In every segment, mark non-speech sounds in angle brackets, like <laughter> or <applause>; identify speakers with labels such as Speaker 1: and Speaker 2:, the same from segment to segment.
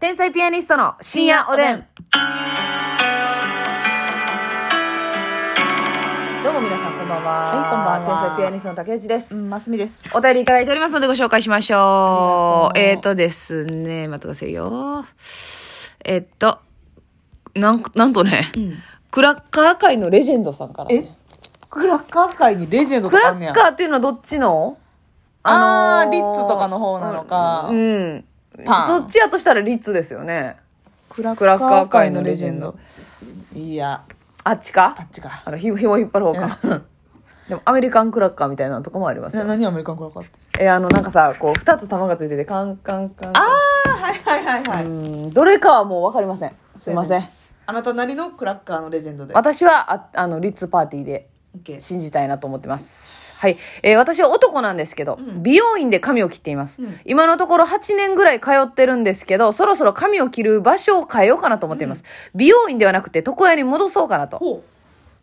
Speaker 1: 天才ピアニストの深夜おでん。どうも皆さん、こんばんは。
Speaker 2: はいこんばん
Speaker 1: 天
Speaker 2: は
Speaker 1: 才ピアニストの竹内です。
Speaker 2: うん、マスミです。
Speaker 1: お便りいただいておりますのでご紹介しましょう。
Speaker 2: ありがとう
Speaker 1: えっ、ー、とですね、待ってくださいよ。えっ、と、なん、なんとね、クラッカー界のレジェンドさんからね、
Speaker 2: えクラッカー界にレジェンド
Speaker 1: ク
Speaker 2: とかあ
Speaker 1: ラ
Speaker 2: んねや。
Speaker 1: ッカーっていうのはどっちの
Speaker 2: あー
Speaker 1: の
Speaker 2: リッツとかの方なのか
Speaker 1: うん。
Speaker 2: パン
Speaker 1: そっちやとしたらリッツですよね。
Speaker 2: クラ
Speaker 1: クラッカー界のレジェンド。
Speaker 2: いや、
Speaker 1: あっちか
Speaker 2: あっちか。
Speaker 1: あの、ひ <laughs> も、ひも引っ張る方か。でも、アメリカンクラッカーみたいなのとかもあります
Speaker 2: <laughs> な
Speaker 1: よ。
Speaker 2: 何アメリカンクラッカーって。
Speaker 1: え、あの、なんかさ、こう、二つ玉がついてて、カンカンカン。あ
Speaker 2: あはいはいはいは
Speaker 1: う
Speaker 2: い。
Speaker 1: ん、どれかはもうわかりません。すいません。
Speaker 2: あなたなりのクラッカーのレジェンドで。
Speaker 1: 私は、あ、あの、リッツパーティーで
Speaker 2: OK
Speaker 1: 信じたいなと思ってます。はい。えー私は男なんですけど、
Speaker 2: うん
Speaker 1: 美容院で髪を切っています、
Speaker 2: うん
Speaker 1: 今のところ8年ぐらい通ってるんですけど、そろそろ髪を切る場所を変えようかなと思っています。美容院ではなくて床屋に戻そうかなと。
Speaker 2: ほ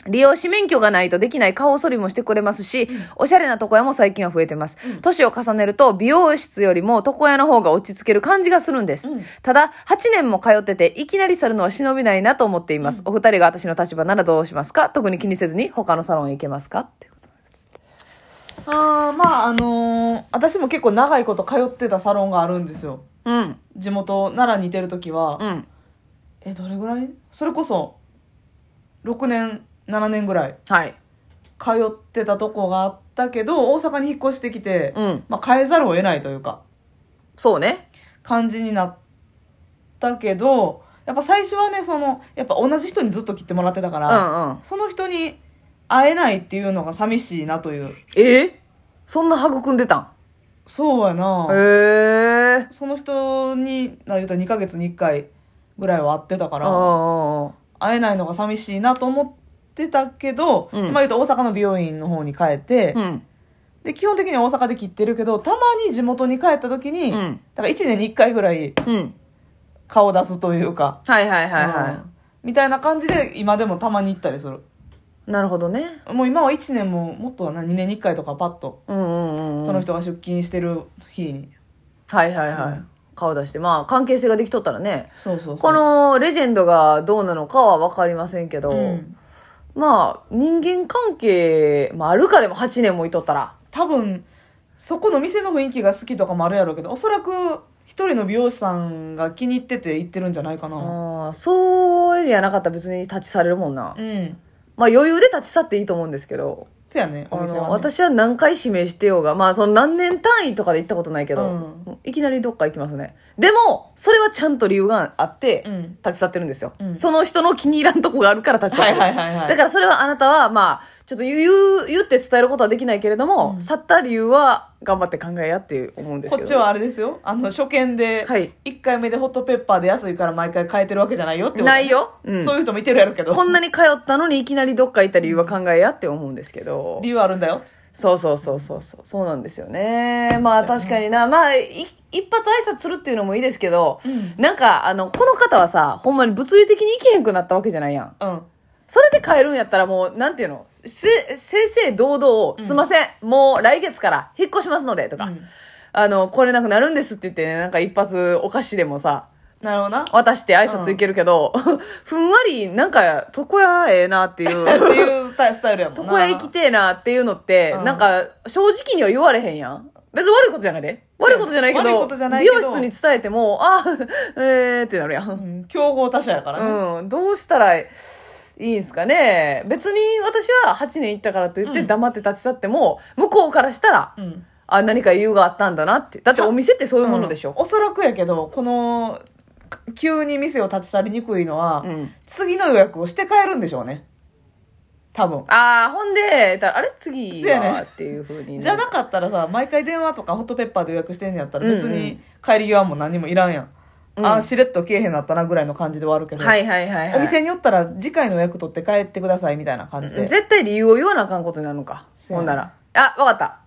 Speaker 1: 利用し免許がないとできない顔剃りもしてくれますし、おしゃれな床屋も最近は増えてます。年を重ねると美容室よりも床屋の方が落ち着ける感じがするんです。
Speaker 2: うん
Speaker 1: ただ、8年も通ってていきなり去るのは忍びないなと思っています。お二人が私の立場ならどうしますか特に気にせずに他のサロンへ行けますかっていうことなんですけど
Speaker 2: う。あーまああのー私も結構長いこと通ってたサロンがあるんですよ。
Speaker 1: うん。
Speaker 2: 地元、奈良にいてる時は、
Speaker 1: うん。
Speaker 2: え、どれぐらいそれこそ、6年、7年ぐらい
Speaker 1: はい。
Speaker 2: 通ってたとこがあったけど、大阪に引っ越してきて、
Speaker 1: うん。
Speaker 2: まあ変えざるを得ないというか。
Speaker 1: そうね。
Speaker 2: 感じになったけどやっぱ最初はねそのやっぱ同じ人にずっと切ってもらってたか
Speaker 1: う
Speaker 2: ら、
Speaker 1: んうん。
Speaker 2: その人に会えないっていうのが寂しいなという
Speaker 1: えそんな育んでたん
Speaker 2: そうやな、
Speaker 1: へえ。
Speaker 2: その人にな言うたら2ヶ月に1回ぐらいは会ってたか
Speaker 1: あ
Speaker 2: ら
Speaker 1: あ。
Speaker 2: 会えないのが寂しいなと思ってたけど、
Speaker 1: うん
Speaker 2: まあ言うと大阪の美容院の方に帰って、
Speaker 1: うん。
Speaker 2: で基本的には大阪で切ってるけどたまに地元に帰った時に、
Speaker 1: う
Speaker 2: だ
Speaker 1: ん。
Speaker 2: から1年に1回ぐらい
Speaker 1: うん。
Speaker 2: 顔出すというか、
Speaker 1: はいはいはい
Speaker 2: うん
Speaker 1: は
Speaker 2: みたいな感じで今でもたまに行ったりする
Speaker 1: い。なるほどね。
Speaker 2: もう今は1年ももっとはな2年に1回とかパッと
Speaker 1: うんうんうんうん。
Speaker 2: その人が出勤してる日に、
Speaker 1: はいはいはい、
Speaker 2: うん
Speaker 1: 顔出してまあ関係性ができとったらね
Speaker 2: そうそうそう
Speaker 1: このレジェンドがどうなのかは分かりませんけど、
Speaker 2: うん
Speaker 1: まあ人間関係、まあ、あるかでも8年もいとったら
Speaker 2: 多分そこの店の雰囲気が好きとかもあるやろうけどおそらく一人の美容師さんが気に入ってて行ってるんじゃないかな
Speaker 1: あーそうじゃなかったら別に立ち去れるもんな、
Speaker 2: うん、
Speaker 1: まあ余裕で立ち去っていいと思うんですけど
Speaker 2: そやね
Speaker 1: あ
Speaker 2: お
Speaker 1: の
Speaker 2: 店は、ね、
Speaker 1: 私は何回指名してようがまあその何年単位とかで行ったことないけど、
Speaker 2: う
Speaker 1: いきなりどっか行きますねでもそれはちゃんと理由があって
Speaker 2: うん
Speaker 1: 立ち去ってるんですよ、
Speaker 2: うん
Speaker 1: その人の気に入らんとこがあるから立ち去っ
Speaker 2: は
Speaker 1: て
Speaker 2: い
Speaker 1: る
Speaker 2: はいはいはい
Speaker 1: だからそれはあなたは、まあ、ちょっと言う、言って伝えることはできないけれども、
Speaker 2: うん
Speaker 1: 去った理由は頑張って考えやって思うんですけど。
Speaker 2: こっちはあれですよあの初見で
Speaker 1: はい
Speaker 2: 1回目でホットペッパーで安いから毎回変えてるわけじゃないよってこと
Speaker 1: ないよ。うん。
Speaker 2: そういう人もいてるやろうけど
Speaker 1: こんなに通ったのにいきなりどっか行った理由は考えやって思うんですけど
Speaker 2: 理。由あるんだよ
Speaker 1: そうそうそうそうそう。そうなんですよね。まあ確かにな。まあ、い一発挨拶するっていうのもいいですけど、
Speaker 2: うん
Speaker 1: なんか、あの、この方はさ、ほんまに物理的に行けへんくなったわけじゃないやん。
Speaker 2: うん
Speaker 1: それで帰るんやったらもう、なんていうのせ、正々堂々、すいません、もう来月から引っ越しますので、とか、
Speaker 2: うん
Speaker 1: あの、来れなくなるんですって言って、なんか一発お菓子でもさ、
Speaker 2: なるほど
Speaker 1: <laughs>
Speaker 2: な
Speaker 1: 渡して挨拶いけるけど、 <laughs> ふんわり、なんか、床屋ええなってい
Speaker 2: って <laughs>
Speaker 1: う、
Speaker 2: いうスタイルやもんな
Speaker 1: 床屋行きてえなっていうのって、
Speaker 2: うん
Speaker 1: なんか、正直には言われへんやん。別に悪いことじゃないで。悪いことじゃないけ
Speaker 2: 悪い
Speaker 1: ど、
Speaker 2: ことじゃない
Speaker 1: 美
Speaker 2: けど
Speaker 1: 容室に伝えても、あ、えーってなるやん
Speaker 2: う。ん競合他社やからね、
Speaker 1: うん、どうしたらいいんすかね別に私は8年行ったからといって
Speaker 2: うん
Speaker 1: 黙って立ち去っても、向こうからしたら、
Speaker 2: うん
Speaker 1: あ、何か理由があったんだなって。だってお店ってそういうものでしょ。
Speaker 2: おそらくやけどこの急に店を立ち去りにくいのは、
Speaker 1: うん。
Speaker 2: 次の予約をして帰るんでしょうね多分
Speaker 1: ああ、ほんで、だあれ次
Speaker 2: そうやね
Speaker 1: はっていうふうに、
Speaker 2: じゃなかったらさ毎回電話とかホットペッパーで予約してんのやったら別
Speaker 1: うんう
Speaker 2: に帰り際も何もいらんやん、
Speaker 1: うん
Speaker 2: あしれっと消えへんなったなぐらいの感じで終わるけど、
Speaker 1: はいはいはいはい。
Speaker 2: お店によったら次回の予約取って帰ってくださいみたいな感じで、
Speaker 1: 絶対理由を言わなあかんことになるのか。
Speaker 2: そ
Speaker 1: ほ
Speaker 2: うや
Speaker 1: ん
Speaker 2: ね
Speaker 1: なら。あ、わかった。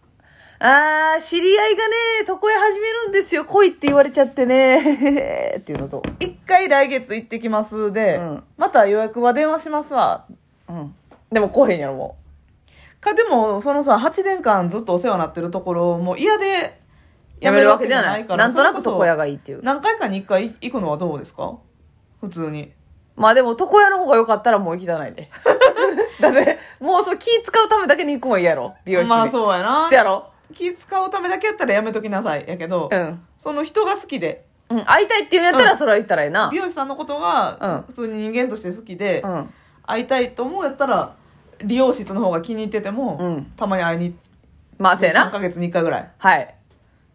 Speaker 1: あー、知り合いがね、床屋始めるんですよ。来いって言われちゃってね。 <laughs> っていうのと。
Speaker 2: 一回来月行ってきますで、
Speaker 1: うん
Speaker 2: また予約は電話しますわ
Speaker 1: うん。でも来へんやろ、もう。
Speaker 2: かでもそのさ8年間ずっとお世話になってるところもう嫌で
Speaker 1: やめるわけではない。
Speaker 2: やめるわけじゃないから
Speaker 1: なんとなく
Speaker 2: それこそ
Speaker 1: 床屋がいいっていう。
Speaker 2: 何回かに一回行くのはどうですか普通に。
Speaker 1: まあでも床屋の方が良かったらもう行きたないで。 <laughs> だって、もうそう気使うためだけに行くもんやろ。美容室に。
Speaker 2: まあそうやな
Speaker 1: せ。やろ
Speaker 2: 気使うためだけやったらやめときなさい。やけど、
Speaker 1: うん。
Speaker 2: その人が好きで、
Speaker 1: うん。会いたいっていうんやったらそれは行ったらええな
Speaker 2: 美。容師さんのこと
Speaker 1: う
Speaker 2: が
Speaker 1: ん
Speaker 2: 普通に人間として好きで、
Speaker 1: うん。
Speaker 2: 会いたいと思うやったら、理容室の方が気に入ってても、
Speaker 1: うん
Speaker 2: たまに会いに、
Speaker 1: まあせや
Speaker 2: 3
Speaker 1: な。
Speaker 2: ヶ月に1回ぐらい
Speaker 1: はい。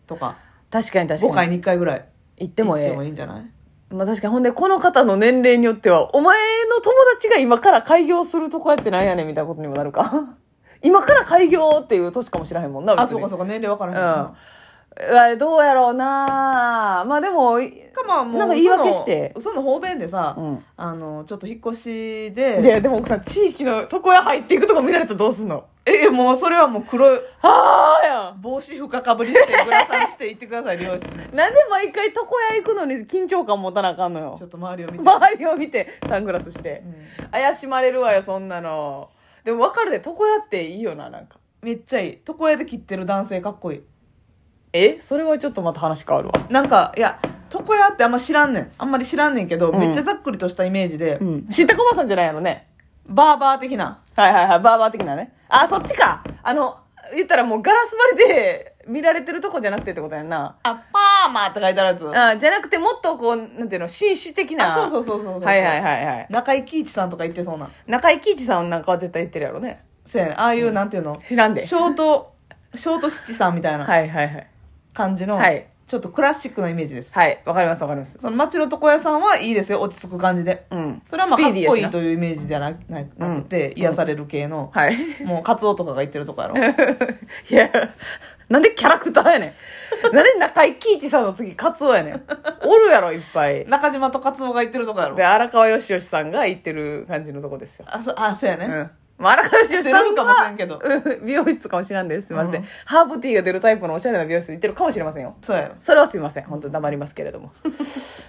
Speaker 2: とか、
Speaker 1: 確かに確
Speaker 2: 5
Speaker 1: か
Speaker 2: 回
Speaker 1: に。
Speaker 2: に1回ぐらい
Speaker 1: 行っても
Speaker 2: 行
Speaker 1: え
Speaker 2: っ
Speaker 1: え
Speaker 2: て。もいいんじゃない
Speaker 1: まあ確かに。ほんで、この方の年齢によっては、お前の友達が今から開業するとこやってなんやねんみたいなことにもなるか。 <laughs> 今から開業っていう年かもしれへんもんな、
Speaker 2: あ、
Speaker 1: 別
Speaker 2: そう
Speaker 1: に
Speaker 2: かそうか、年齢わからへん
Speaker 1: うん。うわどうやろうなまあでも、い
Speaker 2: かまあもう
Speaker 1: なんか言い訳して
Speaker 2: そのその方便でさ、
Speaker 1: うん
Speaker 2: あのちょっと引っ越しで
Speaker 1: で、でも奥さん、地域の床屋入っていくとこ見られたらどうすんの
Speaker 2: えもうそれはもう黒い
Speaker 1: はあやん。
Speaker 2: 帽子深かぶりしてグラサンして行ってください両室
Speaker 1: <laughs>
Speaker 2: に
Speaker 1: なんで毎回床屋行くのに緊張感持たなあかんのよ
Speaker 2: ちょ。っと周りを見て、
Speaker 1: 周りを見て、サングラスして
Speaker 2: う。ん
Speaker 1: 怪しまれるわよ、そんなの。でも分かるで、床屋っていいよな、なんか。
Speaker 2: めっちゃいい床屋で切ってる男性かっこいい
Speaker 1: えそれはちょっとまた話変わるわ。
Speaker 2: なんかいや床屋ってあんま知らんねんあんまり知らんねんけど、
Speaker 1: うん
Speaker 2: めっちゃざっくりとしたイメージで、
Speaker 1: うん。知ったこばさんじゃないやろね。
Speaker 2: バーバー的な
Speaker 1: はいはいはい、バーバー的なね。あ、そっちか。あの、言ったらもうガラス張りで見られてるとこじゃなくてってことやんな。
Speaker 2: あパーマーって書いてあるやつ
Speaker 1: あじゃなくてもっとこう、なんていうの、紳士的な。
Speaker 2: あそううそうそうそうそう
Speaker 1: はいはい
Speaker 2: い
Speaker 1: はいはい。
Speaker 2: 中井貴一さんとか言ってそうな
Speaker 1: 中井貴一さんなんかは絶対言ってるやろね。
Speaker 2: せやねんああいう、なんていうの
Speaker 1: 知らんで。
Speaker 2: ショート <laughs> ショート七さんみたいな
Speaker 1: はいはいはい。
Speaker 2: 感じの、
Speaker 1: はい
Speaker 2: ちょっとクラシックなイメージです。
Speaker 1: はい、わかりますわかります。
Speaker 2: その街の床屋さんはいいですよ、落ち着く感じで。
Speaker 1: うん。
Speaker 2: それはまあ、
Speaker 1: ス
Speaker 2: か
Speaker 1: ピー
Speaker 2: っ
Speaker 1: ディ
Speaker 2: こ
Speaker 1: ー
Speaker 2: い
Speaker 1: や
Speaker 2: い
Speaker 1: しな
Speaker 2: というイメージじゃなななくて、癒される系の、
Speaker 1: はい。
Speaker 2: もうカツオとかが行ってるとこやろ。
Speaker 1: <laughs> いや、なんでキャラクターやねん。なんで中井貴一さんの次、カツオやねん。おるやろ、いっぱい。
Speaker 2: 中島とカツオが行ってるとこやろ
Speaker 1: で、。荒川よしよしさんが行ってる感じのとこですよ。
Speaker 2: あ、そあそうやね。
Speaker 1: うん。まあ、荒川よしよしさん
Speaker 2: してるかもしれ
Speaker 1: が
Speaker 2: んけど
Speaker 1: うん美容室かもしれんです。すいません,、
Speaker 2: うん
Speaker 1: ハーブティーが出るタイプのおしゃれな美容室行ってるかもしれませんよ。
Speaker 2: そうやろ。
Speaker 1: それはすいません。本当に黙りますけれど
Speaker 2: <laughs>
Speaker 1: も。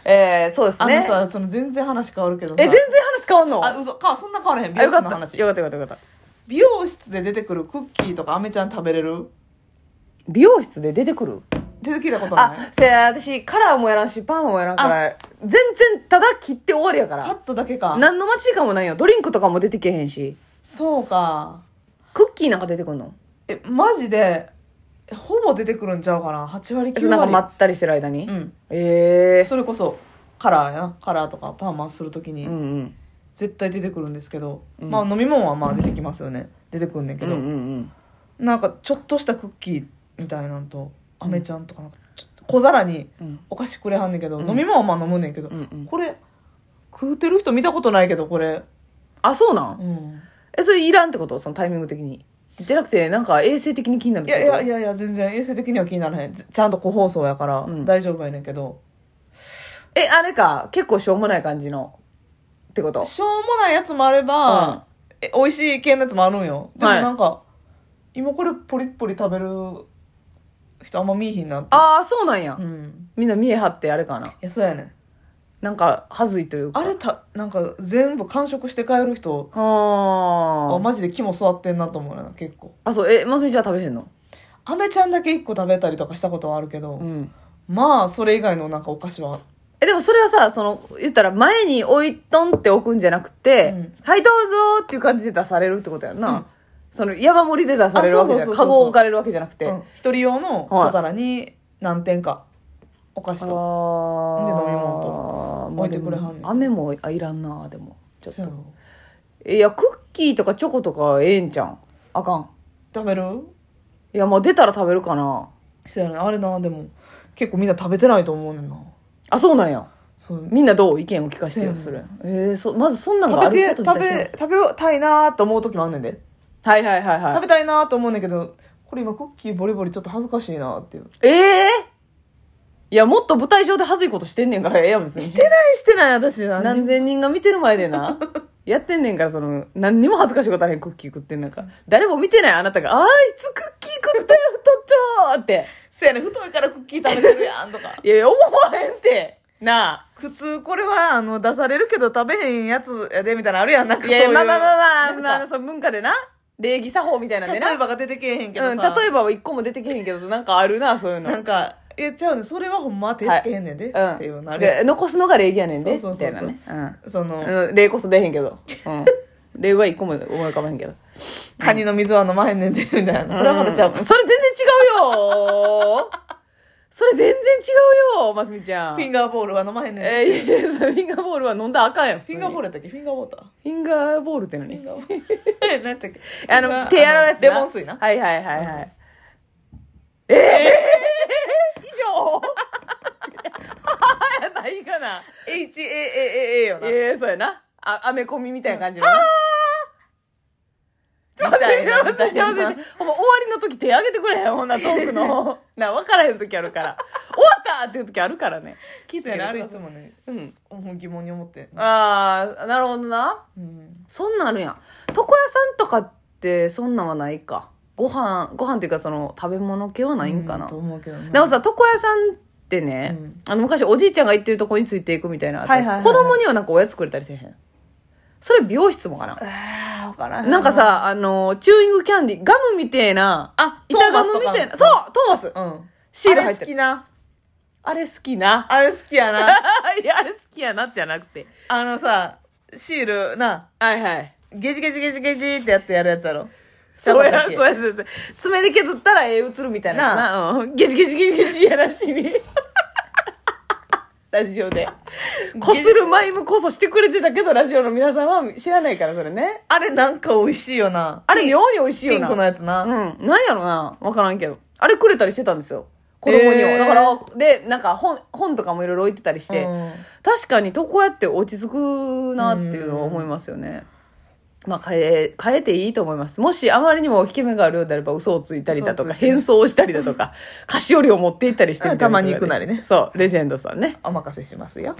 Speaker 1: えー、そうです
Speaker 2: あ
Speaker 1: ね。
Speaker 2: の
Speaker 1: え、
Speaker 2: さ、その全然話変わるけどさ。
Speaker 1: 全然話変わんの
Speaker 2: あ、嘘。か、そんな変わらへん。美
Speaker 1: あ
Speaker 2: 容
Speaker 1: よか
Speaker 2: 室
Speaker 1: っ
Speaker 2: の
Speaker 1: た。よかった
Speaker 2: 話。
Speaker 1: よかったよかった。
Speaker 2: 美容室で出てくるクッキーとかアメちゃん食べれる
Speaker 1: 美容室で出てくる
Speaker 2: 出てきたことない
Speaker 1: あ、せや、私、カラーもやらんし、パーマもやらんから、全然ただ切って終わりやか
Speaker 2: カ
Speaker 1: ら。
Speaker 2: ットだけか。
Speaker 1: 何の待ち時間もないよ。ドリンクとかも出てけへんし。
Speaker 2: そうか。
Speaker 1: クッキーなんか出てくんの
Speaker 2: え、マジで、ほぼ出てくるんちゃうかな ?8 割、
Speaker 1: え
Speaker 2: 9
Speaker 1: そう
Speaker 2: 割。
Speaker 1: なんかまったりしてる間に。
Speaker 2: うん。
Speaker 1: ええ
Speaker 2: それこそカラーやなカラーとかパーマするときに
Speaker 1: うんうん。
Speaker 2: 絶対出てくるんですけど、
Speaker 1: うん
Speaker 2: まあ飲み物はまあ出てきますよね出てくんねんけ
Speaker 1: うん
Speaker 2: ど、
Speaker 1: うんうん。
Speaker 2: なんかちょっとしたクッキーみたいなんとアメちゃんとかなんかちょっと小皿に
Speaker 1: うん
Speaker 2: お菓子くれはんねんけど、
Speaker 1: うん
Speaker 2: 飲み物はまあ飲むねんけど、
Speaker 1: うんうん
Speaker 2: これ食うてる人見たことないけどこれ、
Speaker 1: あ、そうなん
Speaker 2: うん、
Speaker 1: え、それいらんってことそのタイミング的に。じゃなくて、なんか衛生的に気になるっ
Speaker 2: い
Speaker 1: てこ
Speaker 2: や
Speaker 1: と
Speaker 2: いやいやいや全然衛生的には気にならへんちちゃんと個包装やから
Speaker 1: うん
Speaker 2: 大丈夫やねんけど、
Speaker 1: え、あれか、結構しょうもない感じの。ってこと
Speaker 2: しょうもないやつもあれば、
Speaker 1: うん
Speaker 2: え美味しい系のやつもあるんよでも
Speaker 1: はい
Speaker 2: なんか、今これポリッポリ食べる人あんま見えひんなって
Speaker 1: ああ、そうなんや
Speaker 2: う。ん
Speaker 1: みんな見え張ってあれかな。
Speaker 2: いやそうやねん
Speaker 1: なんか、はずいというか。
Speaker 2: あれたなんか全部完食して帰る人あ
Speaker 1: はあ。
Speaker 2: マジで木も座ってんなと思うよな結構
Speaker 1: あ、そう、え、ますみちゃんは食べへんの
Speaker 2: アメちゃんだけ1個食べたりとかしたことはあるけど、
Speaker 1: うん。
Speaker 2: まあそれ以外のなんかお菓子は
Speaker 1: え、でもそれはさ、その、言ったら前に置いとんって置くんじゃなくて、
Speaker 2: うん
Speaker 1: はい、どうぞっていう感じで出されるってことやんな。
Speaker 2: うん
Speaker 1: その、山盛りで出されるわけじゃ
Speaker 2: あ
Speaker 1: な
Speaker 2: そうそうそうそう
Speaker 1: い。カゴを置かれるわけじゃなくて。
Speaker 2: うん一人用の小皿に何点かお菓子と
Speaker 1: あ
Speaker 2: で飲み
Speaker 1: 物
Speaker 2: 置いてくれはんねん
Speaker 1: 雨もあいらんなでもちょっ
Speaker 2: そうや
Speaker 1: と
Speaker 2: ろ
Speaker 1: いやクッキーとかチョコとかええんちゃんあかん
Speaker 2: 食べる
Speaker 1: いやまあ出たら食べるかな
Speaker 2: そうやねんあれなでも結構みんな食べてないと思うねんな
Speaker 1: あそうなんや
Speaker 2: そう
Speaker 1: みんなどう意見を聞かせてよそ
Speaker 2: そう
Speaker 1: れ
Speaker 2: や
Speaker 1: えー、そまずそんなんがあ
Speaker 2: 食べ
Speaker 1: る
Speaker 2: て
Speaker 1: こと自体知
Speaker 2: 食
Speaker 1: らない
Speaker 2: べ食べたいなーと思う時もあんねんで
Speaker 1: はいはいはい
Speaker 2: 食
Speaker 1: は
Speaker 2: べ
Speaker 1: い
Speaker 2: たいなーと思うねんだけどこれ今クッキーボリボリちょっと恥ずかしいなーっていう
Speaker 1: ええいやもっと舞台上で恥ずいことしてんねんからええやん別に
Speaker 2: してないしてない私何
Speaker 1: 何千人が見てる前でな <laughs> やってんねんからその何にも恥ずかしいことあらへんクッキー食ってんなんか誰も見てないあなたが「あいつクッキー食ったよ太っちょー」って
Speaker 2: せやねん太いからクッキー食べてるやんとか
Speaker 1: いやいや思わへんってなあ
Speaker 2: <laughs> 普通これはあの出されるけど食べへんやつやでみたいなのあるやんなんか
Speaker 1: い
Speaker 2: <laughs> そう
Speaker 1: や
Speaker 2: いう
Speaker 1: まあまあまあまあ
Speaker 2: なんか
Speaker 1: まあそう文化でな礼儀作法みたいなんでな
Speaker 2: 例えばが出てけえへんけ
Speaker 1: う
Speaker 2: ど
Speaker 1: ん、
Speaker 2: さ、
Speaker 1: 例えばは一個も出てけへんけどなんかあるなそういう
Speaker 2: なん
Speaker 1: の
Speaker 2: かいや、ちゃうね。それはほんま手つけへんねんで。
Speaker 1: うん
Speaker 2: っていうのあれ。
Speaker 1: で残すのが礼儀やねんで
Speaker 2: そう
Speaker 1: み
Speaker 2: そ
Speaker 1: た
Speaker 2: うそ
Speaker 1: いな
Speaker 2: うそう
Speaker 1: ね、うん
Speaker 2: その、
Speaker 1: うん、礼こそ出へんけど、うん、礼は一個も思い浮かばへんけど
Speaker 2: カニの水は飲まへんねんで、みたいな。それはまたちゃうもん。
Speaker 1: それ全然違うよそれ全然違うよますみちゃん
Speaker 2: フィンガーボールは飲まへんねんで。
Speaker 1: えーいやいやそれフィンガーボールは飲んだらあかんやん普
Speaker 2: フ
Speaker 1: 通
Speaker 2: ィ
Speaker 1: に
Speaker 2: ンガーボールやったっけフィンガーウォーター
Speaker 1: フィンガーボールって
Speaker 2: フィン
Speaker 1: 何
Speaker 2: ガーボール。 <laughs> え、何やったっけ
Speaker 1: あ
Speaker 2: フィンガ
Speaker 1: の
Speaker 2: ー
Speaker 1: 手洗うやつな
Speaker 2: レモン水な。
Speaker 1: はいはいはいはい、
Speaker 2: う
Speaker 1: ええー、以上やないかな
Speaker 2: HAAA よな。
Speaker 1: ええそうやなあアメコミみたいな感じの
Speaker 2: <laughs> み
Speaker 1: 忘
Speaker 2: た
Speaker 1: れ
Speaker 2: い
Speaker 1: て
Speaker 2: な
Speaker 1: 忘れて忘れてほんま終わりの時手挙げてくれへんほんなトーク
Speaker 2: <laughs>
Speaker 1: のな分からへん時あるから終わったっていう時あるからね
Speaker 2: 聞いてない。あれいつもね、
Speaker 1: うん
Speaker 2: 疑問に思って。
Speaker 1: ああなるほどな
Speaker 2: うん。
Speaker 1: そんなんあるやん床屋さんとかってそんなんはないかご飯ご飯っていうかその食べ物系はないんかな、
Speaker 2: うと思うけどな
Speaker 1: でも、さ床屋さんってね、
Speaker 2: うん
Speaker 1: あの昔おじいちゃんが行ってるとこについていくみたいな、
Speaker 2: はいはいはいはい
Speaker 1: 子供にはなんかおやつくれたりせえへんそれ美容室もかな
Speaker 2: <laughs> あーわから
Speaker 1: なんか、さあのチューイングキャンディーガムみてえな
Speaker 2: あ、
Speaker 1: 板ガムみたいなそうトーマス
Speaker 2: ううん。
Speaker 1: シール
Speaker 2: あ
Speaker 1: 入っ
Speaker 2: れ
Speaker 1: て
Speaker 2: 好
Speaker 1: る
Speaker 2: きな。
Speaker 1: あれ好きな
Speaker 2: あれ好き
Speaker 1: <laughs>
Speaker 2: やな。
Speaker 1: いやあれ好きやなってじゃなくて
Speaker 2: あのさ、シールな、
Speaker 1: はいはい
Speaker 2: ゲジゲジゲジゲジってやってやるやつやろ。
Speaker 1: そうや、
Speaker 2: ち
Speaker 1: そ
Speaker 2: ゃ
Speaker 1: う
Speaker 2: か
Speaker 1: や、
Speaker 2: ったっけ
Speaker 1: そうや。爪で削ったら絵映るみたいなやつな。うん。ゲジゲジゲジゲジやらしに。ラジオで。こするマイムこそしてくれてたけど、ラジオの皆さんは知らないから、それね。
Speaker 2: あれなんか美味しいよな。
Speaker 1: あれ、妙に美味しい
Speaker 2: ピ
Speaker 1: よ
Speaker 2: ン
Speaker 1: な。
Speaker 2: クのやつな。
Speaker 1: うん。なんやろな。わからんけど。あれくれたりしてたんですよ。子供には。
Speaker 2: えー
Speaker 1: だから、で、なんか本、本とかもいろいろ置いてたりして。
Speaker 2: うん
Speaker 1: 確かに床屋って落ち着くなっていうのは思いますよね。まあ変え、変えていいと思います。もしあまりにも引け目があるようであれば嘘をついたりだと
Speaker 2: 嘘
Speaker 1: か、
Speaker 2: をついたり
Speaker 1: 変装をしたりだとか、菓子折りを持って行ったりしてみたいな
Speaker 2: たまに行くなりね
Speaker 1: そう、レジェンドさんね。
Speaker 2: お任せしますよ。